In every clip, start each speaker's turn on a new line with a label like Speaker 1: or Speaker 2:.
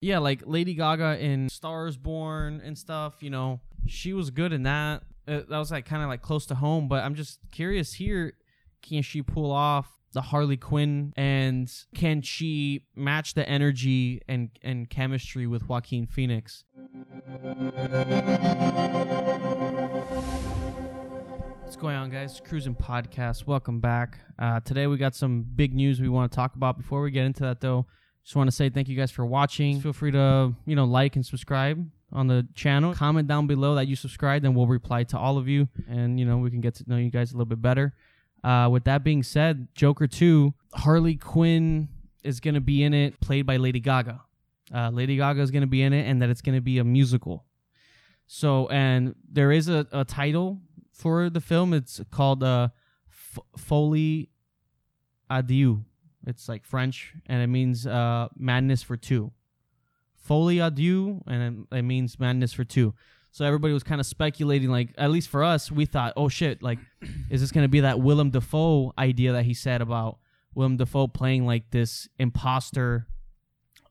Speaker 1: yeah, like Lady Gaga in Stars Born and stuff, you know, she was good in that. Uh, that was like kind of like close to home, but I'm just curious here can she pull off the Harley Quinn and can she match the energy and and chemistry with Joaquin Phoenix? What's going on, guys? Cruising podcast. Welcome back. Uh, today we got some big news we want to talk about. Before we get into that, though, just want to say thank you guys for watching. Feel free to you know like and subscribe on the channel. Comment down below that you subscribed, and we'll reply to all of you, and you know we can get to know you guys a little bit better. Uh, with that being said, Joker 2, Harley Quinn is going to be in it, played by Lady Gaga. Uh, Lady Gaga is going to be in it, and that it's going to be a musical. So, and there is a, a title for the film. It's called uh, F- Folie Adieu. It's like French, and it means uh, madness for two. Folie Adieu, and it, it means madness for two. So everybody was kind of speculating, like at least for us, we thought, oh shit, like is this going to be that Willem Dafoe idea that he said about Willem Dafoe playing like this imposter,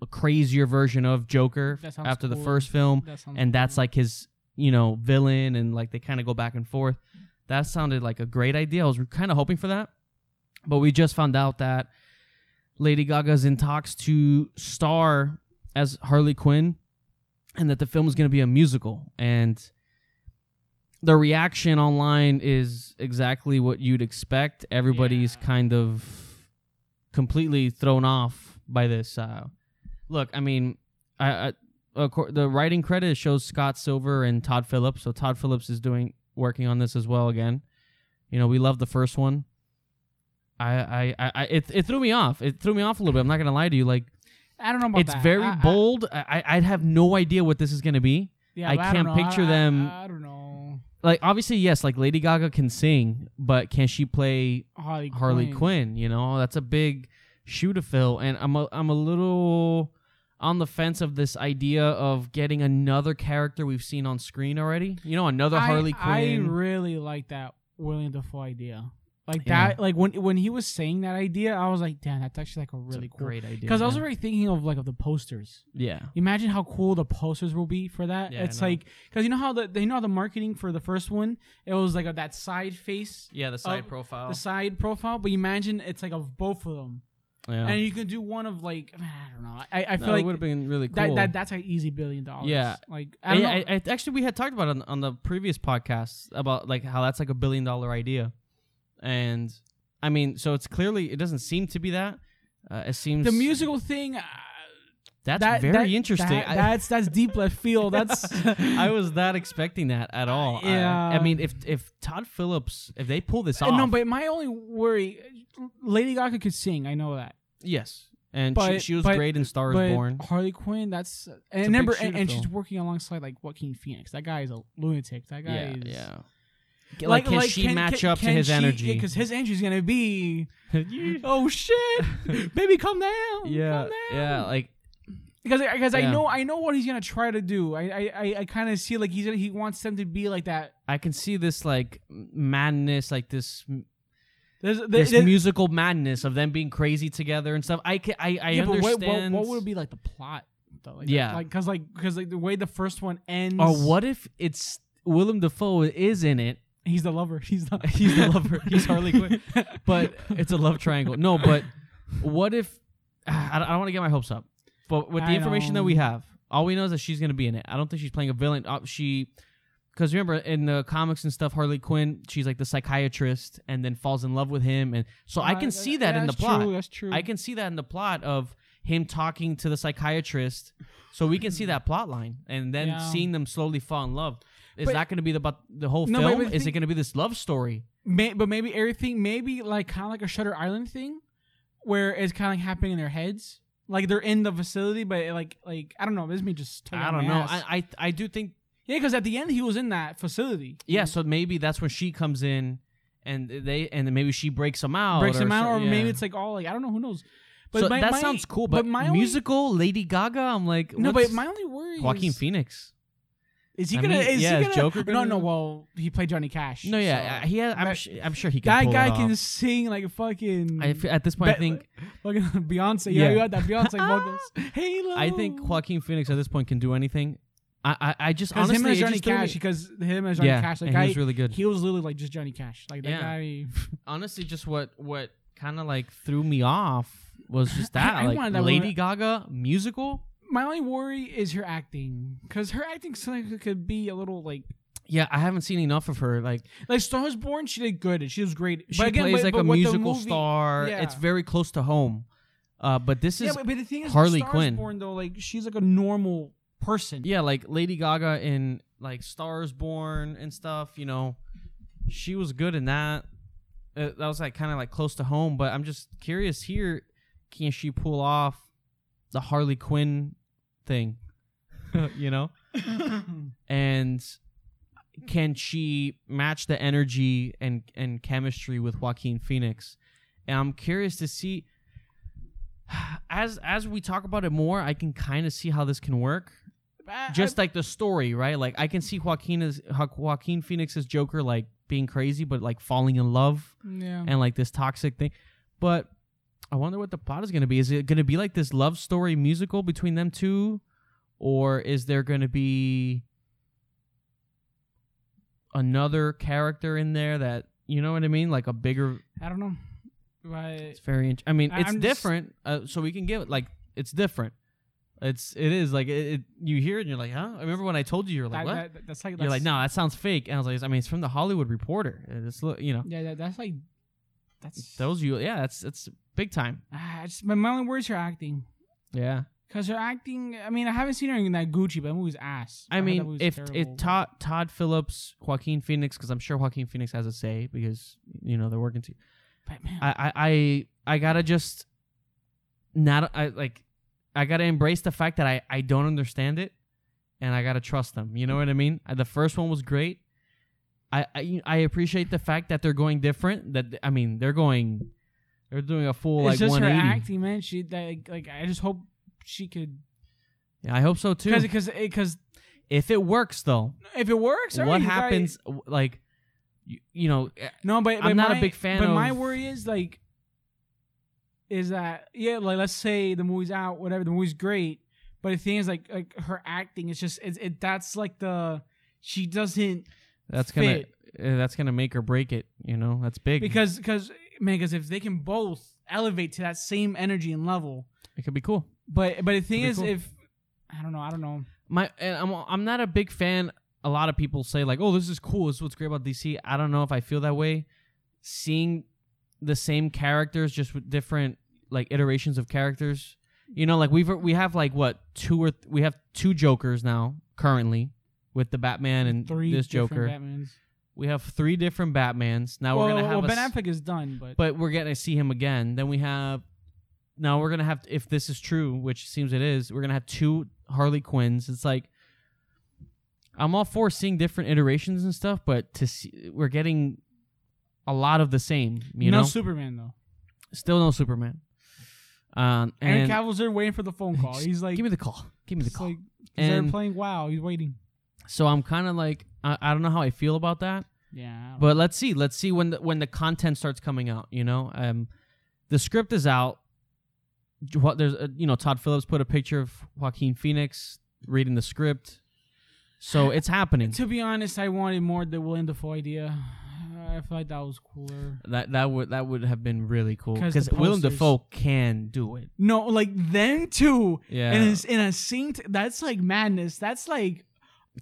Speaker 1: a crazier version of Joker
Speaker 2: That sounds
Speaker 1: after the
Speaker 2: cool.
Speaker 1: first film,
Speaker 2: That sounds
Speaker 1: and that's
Speaker 2: cool.
Speaker 1: like his you know villain, and like they kind of go back and forth. That sounded like a great idea. I was kind of hoping for that, but we just found out that Lady Gaga's in talks to star as Harley Quinn, and that the film is going to be a musical. And the reaction online is exactly what you'd expect. Everybody's
Speaker 2: Yeah.
Speaker 1: kind of completely thrown off by this. Uh, look, I mean, I, I of cour- the writing credit shows Scott Silver and Todd Phillips. So Todd Phillips is doing working on this as well again. You know, we love the first one. I, I, I, I it, it threw me off. It threw me off a little bit. I'm not gonna lie to you. Like,
Speaker 2: I don't know about
Speaker 1: it's
Speaker 2: that.
Speaker 1: very
Speaker 2: I- I-
Speaker 1: bold. I, I, I'd have no idea what this is gonna be.
Speaker 2: yeah,
Speaker 1: I
Speaker 2: but
Speaker 1: can't
Speaker 2: don't know.
Speaker 1: picture
Speaker 2: I- I-
Speaker 1: them-
Speaker 2: I, don't know.
Speaker 1: Like, obviously, yes, like Lady Gaga can sing, but can she play
Speaker 2: Harley
Speaker 1: Harley
Speaker 2: Quinn.
Speaker 1: Quinn. You know, that's a big shoe to fill, and I'm a, I'm a little on the fence of this idea of getting another character we've seen on screen already. You know, another
Speaker 2: I-
Speaker 1: Harley
Speaker 2: I
Speaker 1: Quinn.
Speaker 2: really like that William Dafoe idea. Like
Speaker 1: Yeah.
Speaker 2: that. Like when when he was saying that idea, I was like, damn, that's actually like a really
Speaker 1: it's a
Speaker 2: cool.
Speaker 1: great idea.
Speaker 2: Because I was
Speaker 1: yeah.
Speaker 2: already thinking of like of the posters.
Speaker 1: yeah,
Speaker 2: Imagine how cool the posters will be for that.
Speaker 1: Yeah, I
Speaker 2: it's
Speaker 1: know.
Speaker 2: like because you know how the they know how the marketing for the first one it was like of that side face,
Speaker 1: yeah, the
Speaker 2: side
Speaker 1: side
Speaker 2: Oh,
Speaker 1: profile.
Speaker 2: the side profile. But imagine it's like of both of them,
Speaker 1: yeah,
Speaker 2: and you can do one of like I don't know. I, I feel
Speaker 1: No, it
Speaker 2: like
Speaker 1: would have been really cool.
Speaker 2: that, that that's an easy billion dollars.
Speaker 1: Yeah.
Speaker 2: like I
Speaker 1: I,
Speaker 2: don't know.
Speaker 1: I, I- actually we had talked about it on, on the previous podcast about like how that's like a billion dollar idea, and I mean, so it's clearly it doesn't seem to be that. Uh, it seems
Speaker 2: the musical thing. Uh,
Speaker 1: that's
Speaker 2: that,
Speaker 1: very
Speaker 2: that-
Speaker 1: interesting.
Speaker 2: that-
Speaker 1: I-
Speaker 2: that's that's deep left field. That's
Speaker 1: I was not expecting that at all. I-
Speaker 2: Yeah. Uh,
Speaker 1: I, mean, if if Todd Phillips, if they pull this off,
Speaker 2: no. But my only worry, Lady Gaga could sing. I know that.
Speaker 1: yes, and she,
Speaker 2: But-
Speaker 1: she was
Speaker 2: but-
Speaker 1: great in Stars
Speaker 2: but
Speaker 1: Born.
Speaker 2: Harley Quinn. That's and
Speaker 1: big
Speaker 2: remember,
Speaker 1: shoe
Speaker 2: and,
Speaker 1: to
Speaker 2: and
Speaker 1: fill.
Speaker 2: she's working alongside like Joaquin Phoenix. That guy is a lunatic. That guy
Speaker 1: Yeah,
Speaker 2: is.
Speaker 1: yeah. Like, can she match up to his energy?
Speaker 2: Because his energy's gonna be, oh shit, baby, come down,
Speaker 1: yeah,
Speaker 2: come down.
Speaker 1: yeah. Like
Speaker 2: because I, because
Speaker 1: Yeah.
Speaker 2: I know I know what he's gonna try to do. I I, I, I kind of see like he's gonna, he wants them to be like that.
Speaker 1: I can see this like madness, like this
Speaker 2: There's, there,
Speaker 1: this
Speaker 2: there's-
Speaker 1: musical madness of them being crazy together and stuff. I can, I I
Speaker 2: yeah, but what,
Speaker 1: understand.
Speaker 2: what, what would be like the plot though? Like,
Speaker 1: Yeah.
Speaker 2: like because like because like the way the first one ends.
Speaker 1: or what if it's Willem Dafoe is in it,
Speaker 2: He's the lover. He's the
Speaker 1: He's the lover. He's Harley Quinn. but it's a love triangle. No, but what if I don't, want to get my hopes up. But with the
Speaker 2: I
Speaker 1: information that
Speaker 2: know.
Speaker 1: we have, all we know is that she's going to be in it. I don't think she's playing a villain. Uh, she because remember in the comics and stuff, Harley Quinn, she's like the psychiatrist, and then falls in love with him, and so I can
Speaker 2: Uh,
Speaker 1: see that
Speaker 2: yeah,
Speaker 1: in the
Speaker 2: that's
Speaker 1: plot.
Speaker 2: True, that's true.
Speaker 1: I can see that in the plot of him talking to the psychiatrist. So we can see that plot line, and then
Speaker 2: Mm-hmm. Yeah.
Speaker 1: seeing them slowly fall in love. Is
Speaker 2: But-
Speaker 1: that going to be the, about the whole
Speaker 2: No, but-
Speaker 1: film?
Speaker 2: but the
Speaker 1: Is it
Speaker 2: thing-
Speaker 1: going to be this love story?
Speaker 2: May, but maybe everything, maybe like kind of like a Shutter Island thing, where it's kind of like happening in their heads. Like they're in the facility, but like like I don't know. This is me just. talking
Speaker 1: I
Speaker 2: out
Speaker 1: don't
Speaker 2: my
Speaker 1: know.
Speaker 2: ass.
Speaker 1: I, I I do think
Speaker 2: yeah, because at the end he was in that facility.
Speaker 1: yeah. So maybe that's when she comes in, and they and then maybe she breaks them out.
Speaker 2: breaks him
Speaker 1: Oh, so-
Speaker 2: out, or
Speaker 1: yeah.
Speaker 2: maybe it's like all like I don't know. Who knows? But
Speaker 1: so
Speaker 2: my-
Speaker 1: that
Speaker 2: my-
Speaker 1: sounds cool. But,
Speaker 2: my only-
Speaker 1: musical Lady Gaga. I'm like
Speaker 2: no,
Speaker 1: what's-
Speaker 2: but my only worry.
Speaker 1: Joaquin
Speaker 2: is,
Speaker 1: Phoenix.
Speaker 2: Is he
Speaker 1: I
Speaker 2: gonna?
Speaker 1: mean,
Speaker 2: is
Speaker 1: yeah,
Speaker 2: he
Speaker 1: is
Speaker 2: gonna?
Speaker 1: Joker
Speaker 2: no,
Speaker 1: gonna-
Speaker 2: no. Well, he played Johnny Cash.
Speaker 1: No, yeah,
Speaker 2: so-
Speaker 1: I- he has, I'm,
Speaker 2: That-
Speaker 1: sh- I'm sure he can.
Speaker 2: that
Speaker 1: pull it
Speaker 2: guy
Speaker 1: off.
Speaker 2: can sing like fucking.
Speaker 1: I f- at this point, I
Speaker 2: Be-
Speaker 1: think
Speaker 2: fucking Beyonce. Yeah,
Speaker 1: Yeah.
Speaker 2: you had that Beyonce vocals. Halo.
Speaker 1: I think Joaquin Phoenix at this point can do anything. I I, I just
Speaker 2: because
Speaker 1: honestly
Speaker 2: him as
Speaker 1: it
Speaker 2: Johnny
Speaker 1: just threw
Speaker 2: Cash,
Speaker 1: me-
Speaker 2: because him as Johnny
Speaker 1: yeah,
Speaker 2: Cash, like
Speaker 1: and
Speaker 2: guy,
Speaker 1: he was really good.
Speaker 2: he was literally like just Johnny Cash. Like that
Speaker 1: Yeah.
Speaker 2: guy.
Speaker 1: honestly, just what what kind of like threw me off was just that
Speaker 2: I
Speaker 1: like
Speaker 2: wanted that
Speaker 1: Lady
Speaker 2: woman-
Speaker 1: Gaga musical.
Speaker 2: My only worry is her acting, because her acting sometimes could be a little like
Speaker 1: Yeah, I haven't seen enough of her. Like
Speaker 2: like Star is Born. She did good. and She was great.
Speaker 1: she
Speaker 2: but again,
Speaker 1: plays
Speaker 2: but-
Speaker 1: like
Speaker 2: but
Speaker 1: a
Speaker 2: what the
Speaker 1: musical
Speaker 2: movie-
Speaker 1: star.
Speaker 2: yeah.
Speaker 1: It's very close to home. Uh, but this
Speaker 2: Yeah,
Speaker 1: is
Speaker 2: but, but the thing is,
Speaker 1: Harley
Speaker 2: Harley Star
Speaker 1: Quinn.
Speaker 2: Is Born though, like she's like a normal person.
Speaker 1: yeah, like Lady Gaga in like Stars Born and stuff. You know, she was good in that. Uh, that was like kind of like close to home. But I'm just curious here, can she pull off the Harley Quinn thing? you know, and can she match the energy and and chemistry with Joaquin Phoenix? And I'm curious to see. As as we talk about it more, I can kind of see how this can work
Speaker 2: I-
Speaker 1: just like the story, right? Like I can see Joaquin as Jo- Joaquin Phoenix's Joker like being crazy, but like falling in love
Speaker 2: I- yeah.
Speaker 1: and like this toxic thing. But I wonder what the plot is going to be. Is it going to be like this love story musical between them two, or is there going to be another character in there that you know what I mean, like a bigger?
Speaker 2: I don't know. Right.
Speaker 1: It's very. Int- I mean,
Speaker 2: I-
Speaker 1: it's
Speaker 2: I'm just-
Speaker 1: different, uh, so we can give it like it's different. It's it is like it, it. You hear it, and you're like, huh? I remember when I told you, you're like,
Speaker 2: That-
Speaker 1: what?
Speaker 2: that- that's like
Speaker 1: You're like,
Speaker 2: that's-
Speaker 1: no, that sounds fake. And I was like, I mean, it's from the Hollywood Reporter. It's li- you know,
Speaker 2: Yeah, that, that's like that's
Speaker 1: those you, yeah, that's that's big time.
Speaker 2: Ah, it's, my, my only words her acting
Speaker 1: Yeah,
Speaker 2: because her acting. I mean, I haven't seen her in that Gucci, but that movie's ass.
Speaker 1: I
Speaker 2: heard that
Speaker 1: mean,
Speaker 2: movie's
Speaker 1: if
Speaker 2: terrible.
Speaker 1: it Todd Todd Phillips, Joaquin Phoenix, because I'm sure Joaquin Phoenix has a say because you know they're working. To,
Speaker 2: but man,
Speaker 1: I, I I I gotta just not I like I gotta embrace the fact that I I don't understand it, and I gotta trust them. You know what I mean? Uh, The first one was great. I, I I appreciate the fact that they're going different. That I mean, they're going, they're doing a full like
Speaker 2: it's just her
Speaker 1: 180.
Speaker 2: acting, man. She like like I just hope she could
Speaker 1: Yeah, I hope so too.
Speaker 2: because because because
Speaker 1: if it works though,
Speaker 2: if it works,
Speaker 1: what
Speaker 2: alright, you got it.
Speaker 1: happens? w- Like, you, you know, eh,
Speaker 2: No, but
Speaker 1: I'm
Speaker 2: but
Speaker 1: not a
Speaker 2: my-
Speaker 1: big fan
Speaker 2: But my
Speaker 1: of-
Speaker 2: worry is like, is that yeah? Like, let's say the movie's out, whatever. The movie's great, but the thing is, like, like her acting is just it's it. That's like the she doesn't
Speaker 1: that's gonna
Speaker 2: Fit.
Speaker 1: eh, that's gonna make or break it. You know, that's big
Speaker 2: because because man, because if they can both elevate to that same energy and level,
Speaker 1: it could be cool.
Speaker 2: but but the thing
Speaker 1: Pretty
Speaker 2: is,
Speaker 1: cool.
Speaker 2: if I don't know, I don't know.
Speaker 1: my and I'm I'm not a big fan. A lot of people say like, "Oh, this is cool. This is what's great about DC." I don't know if I feel that way. Seeing the same characters, just with different like iterations of characters. You know, like we've we have like what two or th- we have two Jokers now currently with the Batman and
Speaker 2: Three
Speaker 1: this
Speaker 2: different
Speaker 1: Joker.
Speaker 2: Batmans.
Speaker 1: we have three different Batmans. Now
Speaker 2: well,
Speaker 1: we're gonna have
Speaker 2: well,
Speaker 1: a
Speaker 2: Ben
Speaker 1: s-
Speaker 2: Affleck is done, but,
Speaker 1: but we're gonna see him again. Then we have now we're gonna have if this is true, which seems it is, we're gonna have two Harley Quinns. It's like I'm all for seeing different iterations and stuff, but to see we're getting a lot of the same. You
Speaker 2: no
Speaker 1: know,
Speaker 2: Superman though.
Speaker 1: still no Superman. Um,
Speaker 2: Aaron
Speaker 1: and
Speaker 2: Cavill's there waiting for the phone call. He's like,
Speaker 1: give me the call. Give me the
Speaker 2: he's
Speaker 1: call.
Speaker 2: like, he's there
Speaker 1: And-
Speaker 2: playing WoW. He's waiting.
Speaker 1: so I'm kind of like I, I don't know how I feel about that.
Speaker 2: Yeah, I don't
Speaker 1: But let's see. Let's see when the, when the content starts coming out. You know, um, the script is out. Jo- What there's, uh, you know, Todd Phillips put a picture of Joaquin Phoenix reading the script, so it's happening.
Speaker 2: To be honest, I wanted more the William Dafoe idea. I feel like that was cooler.
Speaker 1: That that would that would have been really cool
Speaker 2: 'Cause
Speaker 1: because
Speaker 2: the
Speaker 1: Willem
Speaker 2: posters-
Speaker 1: Dafoe can do it.
Speaker 2: No, like them two
Speaker 1: Yeah,
Speaker 2: in a, in a scene. t- that's like madness. That's like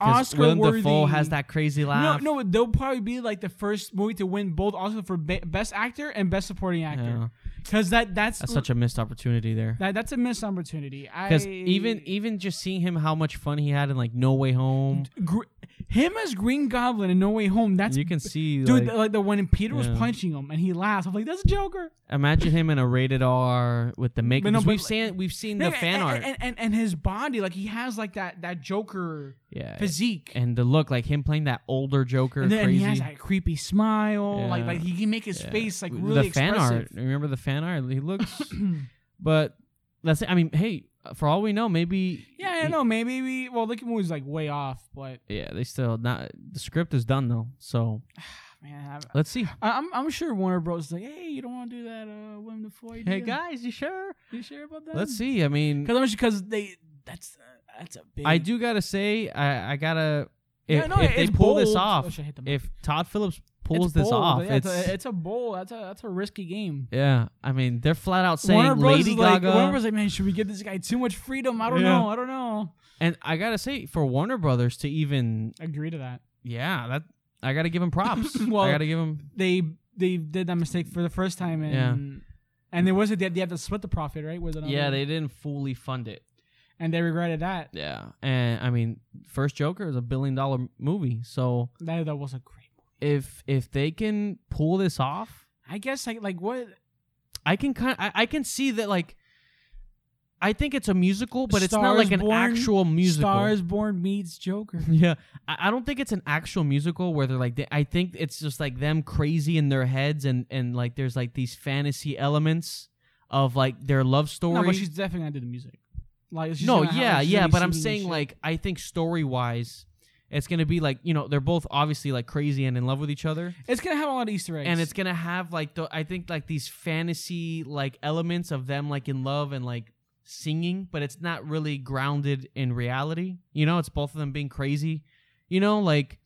Speaker 1: 'Cause Willem
Speaker 2: Oscar-worthy-
Speaker 1: Dafoe has that crazy laugh.
Speaker 2: no, no. They'll probably be like the first movie to win both Oscar for be- best actor and best supporting
Speaker 1: Yeah.
Speaker 2: actor. Because that that's
Speaker 1: that's such a missed opportunity there.
Speaker 2: that, that's a missed opportunity.
Speaker 1: Because
Speaker 2: I-
Speaker 1: even e even just seeing him, how much fun he had in like No Way Home,
Speaker 2: Gr- him as Green Goblin in No Way Home. That's
Speaker 1: you can see
Speaker 2: dude.
Speaker 1: like,
Speaker 2: Like, the when Peter was
Speaker 1: yeah.
Speaker 2: punching him and he laughs. I'm like, that's Joker.
Speaker 1: Imagine him in a rated R with the makeup.
Speaker 2: But no,
Speaker 1: 'cause
Speaker 2: but
Speaker 1: we've
Speaker 2: like-
Speaker 1: seen we've seen
Speaker 2: No,
Speaker 1: the
Speaker 2: and-
Speaker 1: fan
Speaker 2: and,
Speaker 1: art,
Speaker 2: and, and and his body, like he has like that that Joker
Speaker 1: yeah,
Speaker 2: physique, and,
Speaker 1: and the look like him playing that older Joker,
Speaker 2: then and
Speaker 1: crazy.
Speaker 2: he has that creepy smile, like
Speaker 1: Yeah.
Speaker 2: like he can make his
Speaker 1: Yeah.
Speaker 2: face like
Speaker 1: The
Speaker 2: really
Speaker 1: fan art.
Speaker 2: expressive.
Speaker 1: Remember the fan art? He looks, but that's. it. I mean, hey, for all we know, maybe
Speaker 2: Yeah, I don't know. Maybe we. Well, the movie's like way off, but
Speaker 1: Yeah, they still not. The script is done though, so
Speaker 2: man, I-
Speaker 1: let's see.
Speaker 2: I, I'm I'm sure Warner Bros. is like, hey, you don't want to do that, uh, William Dafoe.
Speaker 1: Hey
Speaker 2: idea?
Speaker 1: guys, you sure?
Speaker 2: you sure about that?
Speaker 1: Let's see. I mean,
Speaker 2: Because because they that's uh, that's a big.
Speaker 1: I do gotta say, I, I gotta if,
Speaker 2: Yeah, no,
Speaker 1: if they
Speaker 2: it's
Speaker 1: pull this
Speaker 2: bold.
Speaker 1: off,
Speaker 2: Oh, shit, I hit the mic.
Speaker 1: if Todd Phillips
Speaker 2: It's
Speaker 1: pulls this
Speaker 2: bold.
Speaker 1: off,
Speaker 2: Yeah,
Speaker 1: it's,
Speaker 2: a, it's a bowl. That's a that's a risky game.
Speaker 1: yeah. I mean, they're flat out
Speaker 2: Warner
Speaker 1: saying
Speaker 2: Bros.
Speaker 1: Lady
Speaker 2: is like,
Speaker 1: Gaga,
Speaker 2: Warner Bros. is like, man, should we give this guy too much freedom? I don't
Speaker 1: Yeah.
Speaker 2: know. I don't know.
Speaker 1: and I gotta say, for Warner Brothers to even,
Speaker 2: I agree to that.
Speaker 1: yeah, that I gotta give him props.
Speaker 2: Well,
Speaker 1: I gotta give him,
Speaker 2: They they did that mistake for the first time, and and there was a they had, they had to split the profit, right? Was it? on
Speaker 1: yeah,
Speaker 2: that?
Speaker 1: they didn't fully fund it.
Speaker 2: and they regretted that.
Speaker 1: Yeah, and I mean, first Joker is a billion dollar movie, so
Speaker 2: That that was a great. Movie.
Speaker 1: if if they can pull this off,
Speaker 2: I guess like like what?
Speaker 1: I can kind I, I can see that like I think it's a musical, but it's
Speaker 2: Star
Speaker 1: not
Speaker 2: is
Speaker 1: like an
Speaker 2: Born,
Speaker 1: actual musical.
Speaker 2: Stars Born meets Joker.
Speaker 1: Yeah, I, I don't think it's an actual musical where they're like. They, I think it's just like them crazy in their heads, and and like there's like these fantasy elements of like their love story.
Speaker 2: No, but she's definitely gonna do the music. Like she's
Speaker 1: No,
Speaker 2: gonna have-
Speaker 1: yeah,
Speaker 2: she's
Speaker 1: yeah,
Speaker 2: gonna be
Speaker 1: but I'm
Speaker 2: singing and
Speaker 1: saying
Speaker 2: shit.
Speaker 1: like I think story wise, it's gonna be like you know they're both obviously like crazy and in love with each other.
Speaker 2: it's gonna have a lot of Easter eggs,
Speaker 1: and it's gonna have like the I think like these fantasy like elements of them like in love and like singing, but it's not really grounded in reality. You know, it's both of them being crazy. You know, like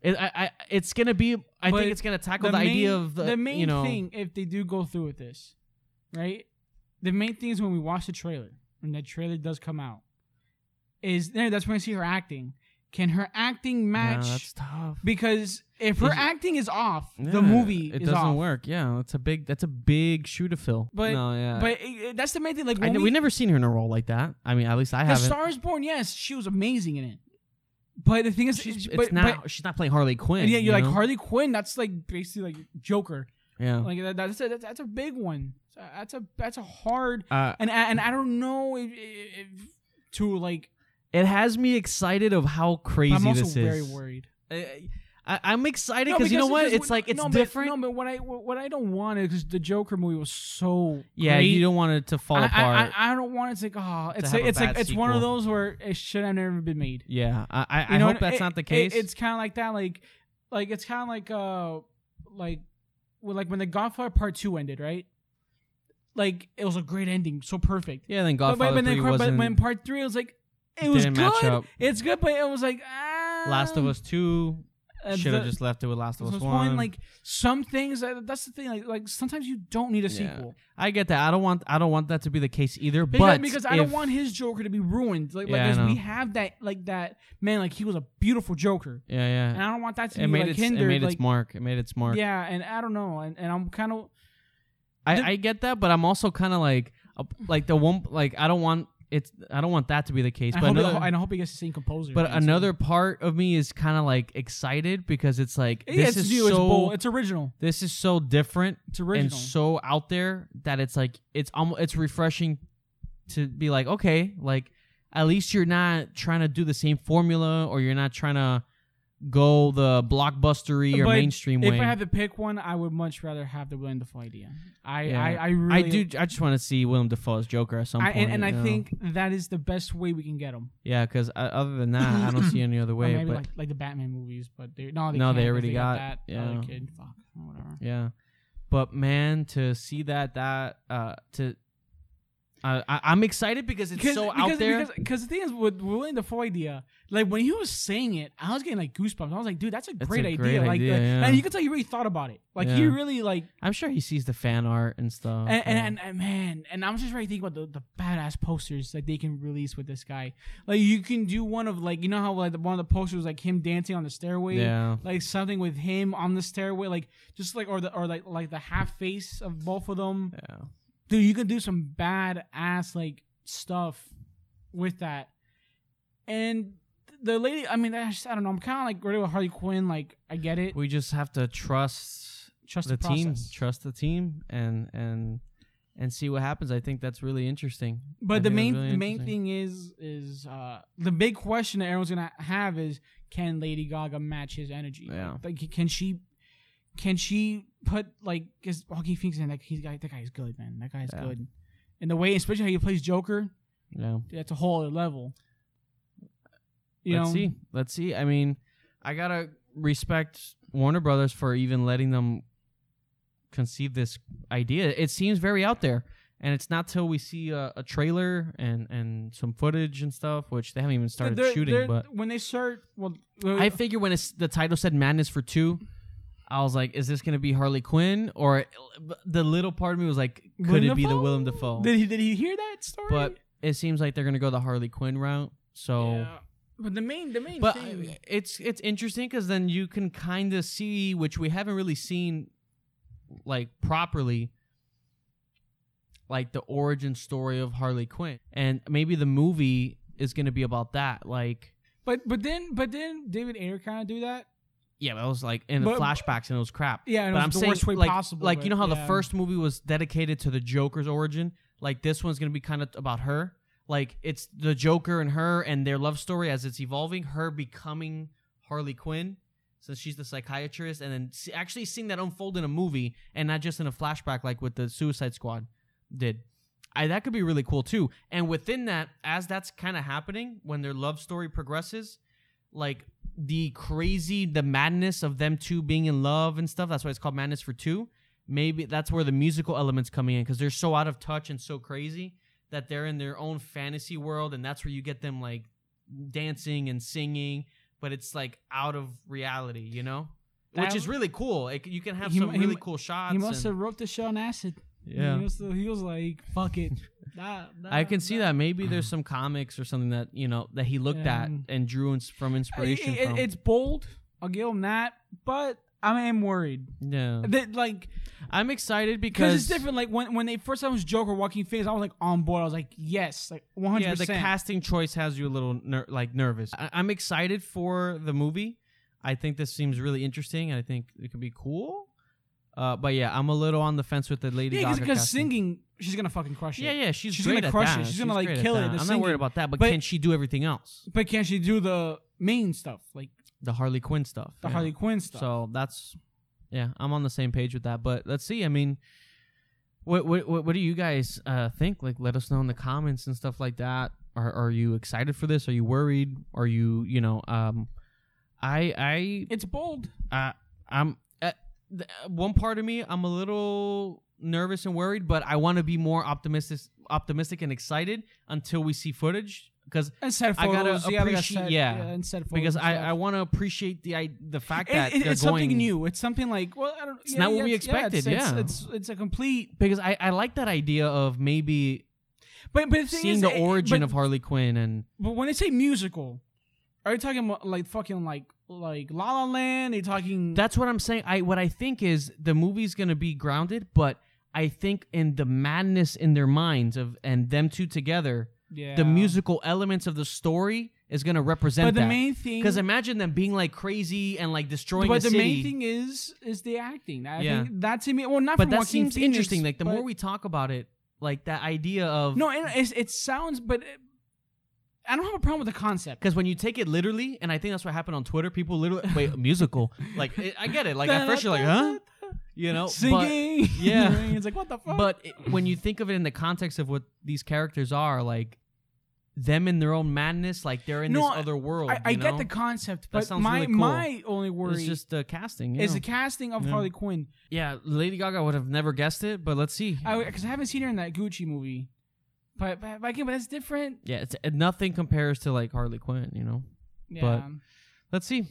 Speaker 1: it, I, I it's gonna be. I
Speaker 2: But
Speaker 1: think it's gonna tackle the, idea of the,
Speaker 2: main
Speaker 1: you know,
Speaker 2: thing if they do go through with this, right? The main thing is when we watch the trailer, when that trailer does come out, is there that's when I see her acting. Can her acting
Speaker 1: No,
Speaker 2: match?
Speaker 1: that's tough.
Speaker 2: because if her
Speaker 1: Is-
Speaker 2: acting is off,
Speaker 1: Yeah,
Speaker 2: the movie
Speaker 1: it
Speaker 2: is
Speaker 1: doesn't
Speaker 2: off.
Speaker 1: work. Yeah, it's a big that's a big shoe to fill.
Speaker 2: But-
Speaker 1: no, yeah,
Speaker 2: But it, it- that's the main thing. Like
Speaker 1: I
Speaker 2: when
Speaker 1: kn-
Speaker 2: we,
Speaker 1: we never seen her in a role like that. I mean, at least I
Speaker 2: the
Speaker 1: haven't.
Speaker 2: Star is Born, yes, she was amazing in it. But the thing is,
Speaker 1: She's,
Speaker 2: but,
Speaker 1: it's not. she's not playing Harley
Speaker 2: but-
Speaker 1: Quinn.
Speaker 2: yeah, you're
Speaker 1: you
Speaker 2: like
Speaker 1: know? Oh.
Speaker 2: Harley Quinn. That's like basically like Joker.
Speaker 1: Yeah.
Speaker 2: Like that, that's a, that's, that's a big one. That's a that's a hard
Speaker 1: uh,
Speaker 2: and I, and I don't know if, if, if to like.
Speaker 1: It has me excited of how crazy
Speaker 2: I'm also
Speaker 1: this
Speaker 2: very
Speaker 1: is.
Speaker 2: worried.
Speaker 1: I, I, I'm excited
Speaker 2: No,
Speaker 1: because you know what?
Speaker 2: because
Speaker 1: It's like it's
Speaker 2: no, but-
Speaker 1: different.
Speaker 2: no, but what I what what I don't want is because the Joker movie was so
Speaker 1: yeah,
Speaker 2: great.
Speaker 1: you don't want it to fall
Speaker 2: I,
Speaker 1: apart.
Speaker 2: I, I, I don't want it to like oh it's
Speaker 1: have
Speaker 2: like,
Speaker 1: a
Speaker 2: it's like
Speaker 1: bad
Speaker 2: it's one of
Speaker 1: sequel.
Speaker 2: those where it should have never been made.
Speaker 1: yeah, I, I,
Speaker 2: You
Speaker 1: I
Speaker 2: know,
Speaker 1: hope
Speaker 2: and
Speaker 1: that's
Speaker 2: it-
Speaker 1: not the
Speaker 2: it-
Speaker 1: case.
Speaker 2: it's kind of like that, like like it's kind of like uh like well, like when the Godfather Part Two ended, right? Like it was a great ending, so perfect.
Speaker 1: yeah, then
Speaker 2: But-
Speaker 1: Godfather
Speaker 2: but, but, then,
Speaker 1: 3
Speaker 2: but
Speaker 1: wasn't.
Speaker 2: when Part Three, it was like it was
Speaker 1: didn't
Speaker 2: good.
Speaker 1: match up.
Speaker 2: It's good, but it was like ah,
Speaker 1: Last of Us Two
Speaker 2: uh,
Speaker 1: should have
Speaker 2: the-
Speaker 1: just left it with Last
Speaker 2: So
Speaker 1: of Us
Speaker 2: it's
Speaker 1: One.
Speaker 2: one, like some things that, that's the thing like like sometimes you don't need a
Speaker 1: Yeah.
Speaker 2: sequel
Speaker 1: I get that. I don't want. I don't want that to be the case either.
Speaker 2: because,
Speaker 1: but
Speaker 2: because I don't
Speaker 1: if-
Speaker 2: want his Joker to be ruined like,
Speaker 1: Yeah, I
Speaker 2: like 'cause we
Speaker 1: know.
Speaker 2: have that like that man like he was a beautiful Joker
Speaker 1: Yeah,
Speaker 2: and
Speaker 1: yeah.
Speaker 2: I don't want that to
Speaker 1: It
Speaker 2: be
Speaker 1: made
Speaker 2: like
Speaker 1: its.
Speaker 2: hindered
Speaker 1: it made
Speaker 2: like
Speaker 1: its mark. It made its mark.
Speaker 2: yeah and I don't know and, and I'm kind of
Speaker 1: I,
Speaker 2: The-
Speaker 1: I get that, but I'm also kind of like, uh, like the one, like I don't want it's. I don't want that to be the case.
Speaker 2: I
Speaker 1: but
Speaker 2: hope,
Speaker 1: another,
Speaker 2: it, and I hope he gets the same composer
Speaker 1: But
Speaker 2: honestly.
Speaker 1: another part of me is kind of like excited because it's like
Speaker 2: yeah,
Speaker 1: this
Speaker 2: it's
Speaker 1: is
Speaker 2: new it's
Speaker 1: so
Speaker 2: bold it's original
Speaker 1: this is so different
Speaker 2: it's original
Speaker 1: and so out there that it's like it's almost it's refreshing to be like okay like at least you're not trying to do the same formula or you're not trying to go the blockbustery or
Speaker 2: But
Speaker 1: mainstream
Speaker 2: if
Speaker 1: way.
Speaker 2: I had to pick one I would much rather have the William Dafoe idea I
Speaker 1: Yeah.
Speaker 2: I, I really
Speaker 1: I do. I just want to see Willem Dafoe as Joker at some
Speaker 2: I,
Speaker 1: point.
Speaker 2: and, and I
Speaker 1: you know?
Speaker 2: think that is the best way we can get him
Speaker 1: yeah, because other than that, I don't see any other
Speaker 2: Or
Speaker 1: way.
Speaker 2: maybe
Speaker 1: But
Speaker 2: like, like the Batman movies, but they no, they
Speaker 1: No,
Speaker 2: can't
Speaker 1: they
Speaker 2: 'cause
Speaker 1: already got-
Speaker 2: that
Speaker 1: yeah.
Speaker 2: other kid. Fuck, or whatever.
Speaker 1: Yeah, but man, to see that that uh to I I I'm excited because it's so
Speaker 2: because,
Speaker 1: out there.
Speaker 2: Because, because the thing is, with William Dafoe idea, like when he was saying it, I was getting like goosebumps. I was like, dude, that's a
Speaker 1: That's
Speaker 2: great
Speaker 1: a
Speaker 2: idea.
Speaker 1: great
Speaker 2: like,
Speaker 1: idea,
Speaker 2: like-
Speaker 1: yeah.
Speaker 2: and you could tell he really thought about it. Like he
Speaker 1: Yeah.
Speaker 2: really like,
Speaker 1: I'm sure he sees the fan art and stuff.
Speaker 2: and, and,
Speaker 1: yeah.
Speaker 2: and, and man, and I'm just really thinking about the, the badass posters that they can release with this guy. Like you can do one of like you know how like the, one of the posters was, like him dancing on the stairway.
Speaker 1: yeah,
Speaker 2: Like something with him on the stairway, like just like or the or like like the half face of both of them.
Speaker 1: yeah,
Speaker 2: dude, you can do some bad ass like stuff with that. And the lady, I mean, I, just, I don't know. I'm kind of like ready with Harley Quinn. Like, I get it.
Speaker 1: we just have to trust
Speaker 2: Trust
Speaker 1: the,
Speaker 2: the,
Speaker 1: team,
Speaker 2: process.
Speaker 1: trust the team, and and and see what happens. I think that's really interesting. I
Speaker 2: But the
Speaker 1: think that's
Speaker 2: main,
Speaker 1: really
Speaker 2: the main
Speaker 1: interesting.
Speaker 2: thing is, is uh the big question that everyone's gonna have is, can Lady Gaga match his energy?
Speaker 1: Yeah.
Speaker 2: Like, can she? Can she put like? Because Joaquin Phoenix, and that he's guy, that guy's good, man. That guy's
Speaker 1: Yeah.
Speaker 2: good. And the way, especially how he plays Joker,
Speaker 1: Yeah.
Speaker 2: That's a whole other level. You
Speaker 1: Let's
Speaker 2: know?
Speaker 1: see. Let's see. I mean, I gotta respect Warner Brothers for even letting them conceive this idea. It seems very out there, and it's not till we see a, a trailer and and some footage and stuff, which they haven't even started
Speaker 2: They're-
Speaker 1: shooting.
Speaker 2: they're-
Speaker 1: but
Speaker 2: when they start, well, uh,
Speaker 1: I figure when it's, the title said "Madness for Two, I was like, "Is this gonna be Harley Quinn?" Or the little part of me was like, "Could
Speaker 2: Willem
Speaker 1: it be the
Speaker 2: Dafoe?
Speaker 1: Willem Dafoe?"
Speaker 2: Did he did he hear that story?
Speaker 1: But it seems like they're gonna go the Harley Quinn route. So.
Speaker 2: Yeah. but the main the main
Speaker 1: But
Speaker 2: thing.
Speaker 1: I- it's it's interesting because then you can kind of see, which we haven't really seen, like properly, like the origin story of Harley Quinn, and maybe the movie is going to be about that. Like,
Speaker 2: but but then but then David Ayer kind of do that.
Speaker 1: yeah, but it was like in the
Speaker 2: But-
Speaker 1: flashbacks and it was crap.
Speaker 2: Yeah, and
Speaker 1: but
Speaker 2: it was
Speaker 1: I'm
Speaker 2: the
Speaker 1: saying
Speaker 2: worst way
Speaker 1: like,
Speaker 2: possible.
Speaker 1: like
Speaker 2: but
Speaker 1: you know how the
Speaker 2: yeah.
Speaker 1: first movie was dedicated to the Joker's origin. Like this one's going to be kind of about her. Like it's the Joker and her and their love story as it's evolving. Her becoming Harley Quinn, since she's the psychiatrist, and then see, actually seeing that unfold in a movie and not just in a flashback like what the Suicide Squad did. I, that could be really cool too. And within that, as that's kind of happening, when their love story progresses, like the crazy, the madness of them two being in love and stuff. That's why it's called Madness for Two. Maybe that's where the musical elements coming in because they're so out of touch and so crazy that they're in their own fantasy world, and that's where you get them like dancing and singing, but it's like out of reality, you know. Which
Speaker 2: That-
Speaker 1: is really cool. It, you can have
Speaker 2: He
Speaker 1: some
Speaker 2: mu- he
Speaker 1: really
Speaker 2: mu-
Speaker 1: cool shots.
Speaker 2: he must
Speaker 1: and-
Speaker 2: have wrote the show on acid.
Speaker 1: yeah.
Speaker 2: he was, he was like, "Fuck it." Nah,
Speaker 1: I
Speaker 2: nah,
Speaker 1: can see
Speaker 2: nah.
Speaker 1: that maybe there's some comics or something that you know that he looked at
Speaker 2: Yeah.
Speaker 1: and drew ins- from inspiration
Speaker 2: It- it-
Speaker 1: from.
Speaker 2: It's bold. I'll give him that, but I am worried
Speaker 1: yeah,
Speaker 2: that like
Speaker 1: I'm excited
Speaker 2: because
Speaker 1: because
Speaker 2: it's different. Like when when they first time was Joker walking Phoenix, I was like on board. I was like, yes, like one hundred
Speaker 1: Yeah, the
Speaker 2: percent.
Speaker 1: casting choice has you a little ner- like nervous. I- I'm excited for the movie. I think this seems really interesting, and I think it could be cool. Uh, but yeah, I'm a little on the fence with the Lady
Speaker 2: Yeah,
Speaker 1: Gaga
Speaker 2: because
Speaker 1: casting.
Speaker 2: singing, she's gonna fucking crush it.
Speaker 1: Yeah, yeah, she's,
Speaker 2: She's
Speaker 1: great
Speaker 2: gonna
Speaker 1: at
Speaker 2: crush it.
Speaker 1: that.
Speaker 2: She's gonna, like,
Speaker 1: great at
Speaker 2: kill it,
Speaker 1: that.
Speaker 2: the
Speaker 1: I'm not worried
Speaker 2: singing.
Speaker 1: about that, but,
Speaker 2: But-
Speaker 1: can she do everything else?
Speaker 2: But can she do the main stuff like
Speaker 1: The Harley Quinn stuff.
Speaker 2: the
Speaker 1: yeah.
Speaker 2: Harley Quinn stuff?
Speaker 1: So that's yeah, I'm on the same page with that. But let's see. I mean, what what what, what do you guys uh, think? Like, let us know in the comments and stuff like that. Are are you excited for this? Are you worried? Are you you know um, I
Speaker 2: it's bold.
Speaker 1: I I I'm uh, th- one part of me I'm a little nervous and worried, but I want to be more optimistic optimistic and excited until we see footage because.
Speaker 2: And set
Speaker 1: I
Speaker 2: photos.
Speaker 1: gotta
Speaker 2: yeah, like I
Speaker 1: appreciate-
Speaker 2: said,
Speaker 1: yeah.
Speaker 2: and set photos.
Speaker 1: Because
Speaker 2: and
Speaker 1: I,
Speaker 2: stuff.
Speaker 1: I want to appreciate the I, the fact that
Speaker 2: It- it-
Speaker 1: they're
Speaker 2: it's
Speaker 1: going,
Speaker 2: something new. It's something like well, I don't.
Speaker 1: It's not what we
Speaker 2: it's- it's-
Speaker 1: expected, yeah.
Speaker 2: it's, it's it's a complete.
Speaker 1: because I, I like that idea of maybe
Speaker 2: But but the thing
Speaker 1: seeing
Speaker 2: is,
Speaker 1: the origin
Speaker 2: of.
Speaker 1: of Harley Quinn and
Speaker 2: But when they say musical, are you talking about like fucking like like La La Land? Are you talking
Speaker 1: that's what I'm saying. I what I think is the movie's gonna be grounded, but I think in the madness in their minds of and them two together,
Speaker 2: yeah.
Speaker 1: the musical elements of the story is gonna represent
Speaker 2: But the
Speaker 1: that.
Speaker 2: main thing,
Speaker 1: because imagine them being like crazy and like destroying
Speaker 2: but
Speaker 1: a
Speaker 2: the
Speaker 1: city.
Speaker 2: main thing is is the acting. I
Speaker 1: Yeah.
Speaker 2: think that to me, well, not
Speaker 1: but
Speaker 2: from
Speaker 1: that
Speaker 2: Joaquin
Speaker 1: seems
Speaker 2: Phoenix,
Speaker 1: interesting. Like the
Speaker 2: but-
Speaker 1: more we talk about it, like that idea of
Speaker 2: no, it, it's- it sounds, but it, I don't have a problem with the concept.
Speaker 1: Because when you take it literally, and I think that's what happened on Twitter, people literally wait a musical. Like it, I get it. Like at first you're like, huh, you know, but-
Speaker 2: Singing,
Speaker 1: yeah.
Speaker 2: it's like what the fuck.
Speaker 1: but it- when you think of it in the context of what these characters are like them in their own madness like they're in
Speaker 2: No,
Speaker 1: this other world
Speaker 2: I, I
Speaker 1: you
Speaker 2: get
Speaker 1: know?
Speaker 2: the concept,
Speaker 1: That
Speaker 2: but
Speaker 1: sounds
Speaker 2: my
Speaker 1: really cool.
Speaker 2: my only worry
Speaker 1: it's just the casting yeah.
Speaker 2: is the casting of
Speaker 1: Yeah.
Speaker 2: Harley Quinn.
Speaker 1: yeah lady gaga would have never guessed it but let's see
Speaker 2: because I, haven't seen her in that Gucci movie. But but, but again, but that's different.
Speaker 1: yeah it's uh, nothing compares to like harley quinn you know
Speaker 2: Yeah.
Speaker 1: let's see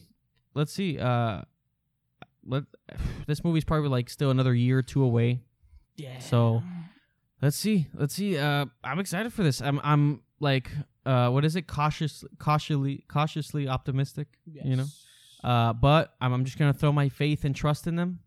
Speaker 1: let's see uh let this movie's probably like still another year or two away
Speaker 2: yeah.
Speaker 1: so- let's see let's see uh i'm excited for this i'm i'm like uh what is it cautious cautiously cautiously optimistic you know Uh, but I'm, I'm just gonna throw my faith and trust in them,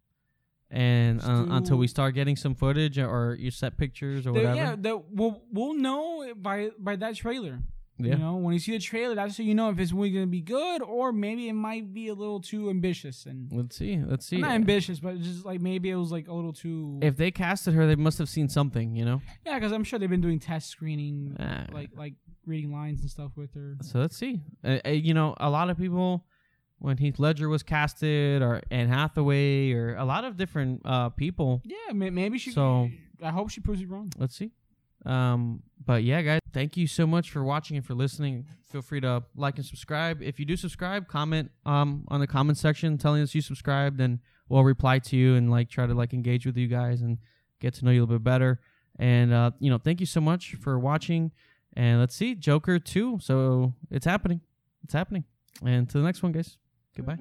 Speaker 1: and
Speaker 2: Let's
Speaker 1: uh,
Speaker 2: do-
Speaker 1: until we start getting some footage or, or you set pictures or
Speaker 2: The-
Speaker 1: whatever.
Speaker 2: yeah, the, we'll we'll know it by by that trailer.
Speaker 1: Yeah.
Speaker 2: You know, when you see the trailer, that's how you know if it's really gonna be good or maybe it might be a little too ambitious and
Speaker 1: Let's see. Let's see.
Speaker 2: not ambitious, but just like maybe it was like a little too.
Speaker 1: if they casted her, they must have seen something, you know.
Speaker 2: yeah, because I'm sure they've been doing test screening,
Speaker 1: Uh,
Speaker 2: like like reading lines and stuff with her.
Speaker 1: so let's see. Uh, uh, you know, a lot of people when Heath Ledger was casted, or Anne Hathaway, or a lot of different uh, people.
Speaker 2: Yeah, may- maybe she.
Speaker 1: So-
Speaker 2: I hope she proves it wrong.
Speaker 1: Let's see. Um, but yeah, guys, thank you so much for watching and for listening. Feel free to like and subscribe. If you do subscribe, comment um on the comment section telling us you subscribed, and we'll reply to you and like try to like engage with you guys and get to know you a little bit better. And uh, you know, thank you so much for watching. And let's see, Joker two. So it's happening. It's happening. And to the next one, guys. Goodbye.